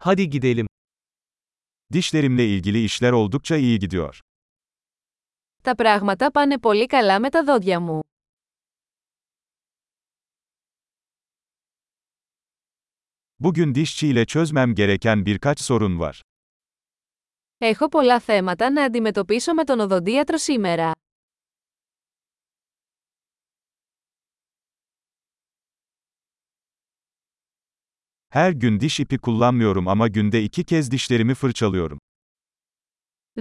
Hadi gidelim. Dişlerimle ilgili işler oldukça iyi gidiyor. Τα πράγματα πάνε πολύ καλά με τα δόντια μου. Bugün dişçiyle çözmem gereken birkaç sorun var. Έχω πολλά θέματα να αντιμετωπίσω με τον οδοντίατρο σήμερα. Her gün diş ipi kullanmıyorum ama günde iki kez dişlerimi fırçalıyorum.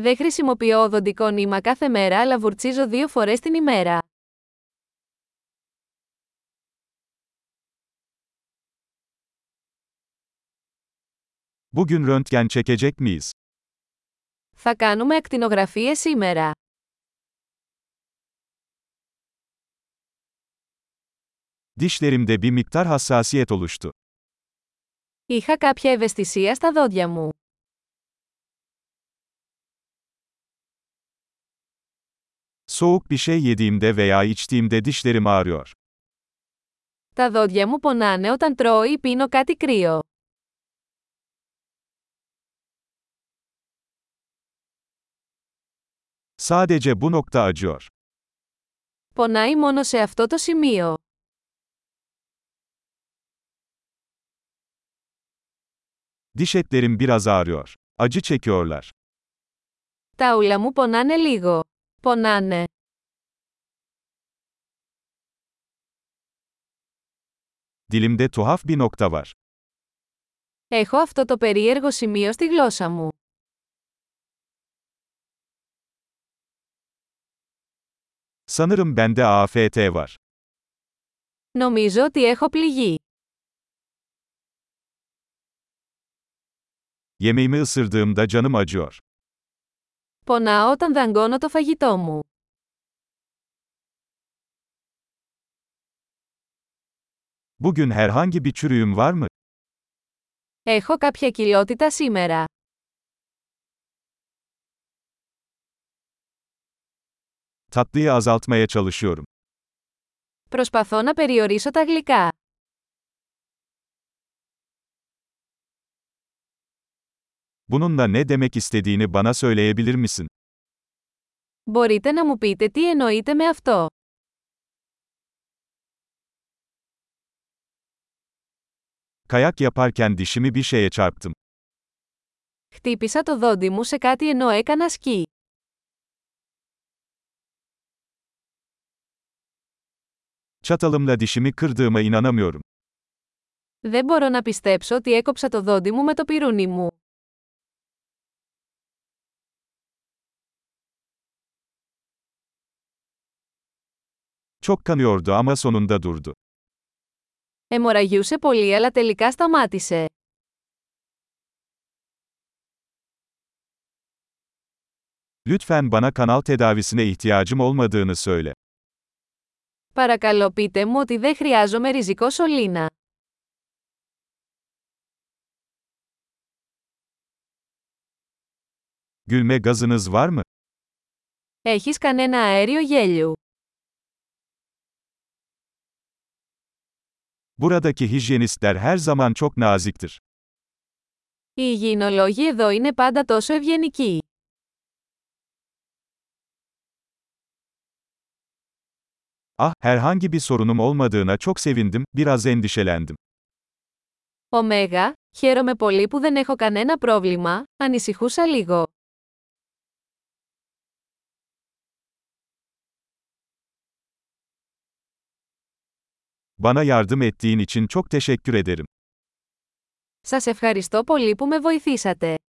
Δεν χρησιμοποιώ οδοντικό νήμα κάθε μέρα αλλά βουρτσίζω δύο φορές την ημέρα. Bugün röntgen çekecek miyiz? Θα κάνουμε ακτινογραφίες σήμερα. Dişlerimde bir miktar hassasiyet oluştu. Είχα κάποια ευαισθησία στα δόντια μου. Soğuk bir şey yediğimde veya içtiğimde dişlerim ağrıyor. Τα δόντια μου πονάνε όταν τρώω ή πίνω κάτι κρύο. Sadece bu nokta acıyor. Πονάει μόνο σε αυτό το σημείο. Diş etlerim biraz ağrıyor. Acı çekiyorlar. Τα ούλα μου πονάνε λίγο. Πονάνε. Dilimde tuhaf bir nokta var. Έχω αυτό το περίεργο σημείο στη γλώσσα μου. Sanırım bende AFT var. Νομίζω ότι έχω πληγεί. Yemeğimi ısırdığımda canım acıyor. Πονάω όταν δαγκώνω το φαγητό μου. Bugün herhangi bir çürüğüm var mı? Έχω κάποια κοιλότητα σήμερα. Tatlıyı azaltmaya çalışıyorum. Προσπαθώ να περιορίσω τα γλυκά. Bununla ne demek istediğini bana söyleyebilir misin? Μπορείτε να μου πείτε τι εννοείτε με αυτό. Kayak yaparken dişimi bir şeye çarptım. Χτύπησα το δόντι μου σε κάτι ενώ έκανα σκι. Çatalımla dişimi kırdığıma inanamıyorum. Δεν μπορώ να πιστέψω ότι έκοψα το δόντι μου με το πυρούνι μου. Çok kanıyordu ama sonunda durdu. Εμοραγιούσε πολύ αλλά τελικά σταμάτησε. Lütfen bana kanal tedavisine ihtiyacım olmadığını söyle. Παρακαλώ πείτε μου ότι δεν χρειάζομαι ριζικό σωλήνα. Gülme gazınız var mı? Έχεις κανένα αέριο γέλιου. Buradaki hijyenistler her zaman çok naziktir. Οι υγιεινολόγοι εδώ είναι πάντα τόσο ευγενικοί. Ah, herhangi bir sorunum olmadığına çok sevindim, biraz endişelendim. Ωμέγα, χαίρομαι πολύ που δεν έχω κανένα πρόβλημα, ανησυχούσα λίγο. Bana yardım ettiğin için çok teşekkür ederim. Σας ευχαριστώ πολύ που με βοηθήσατε.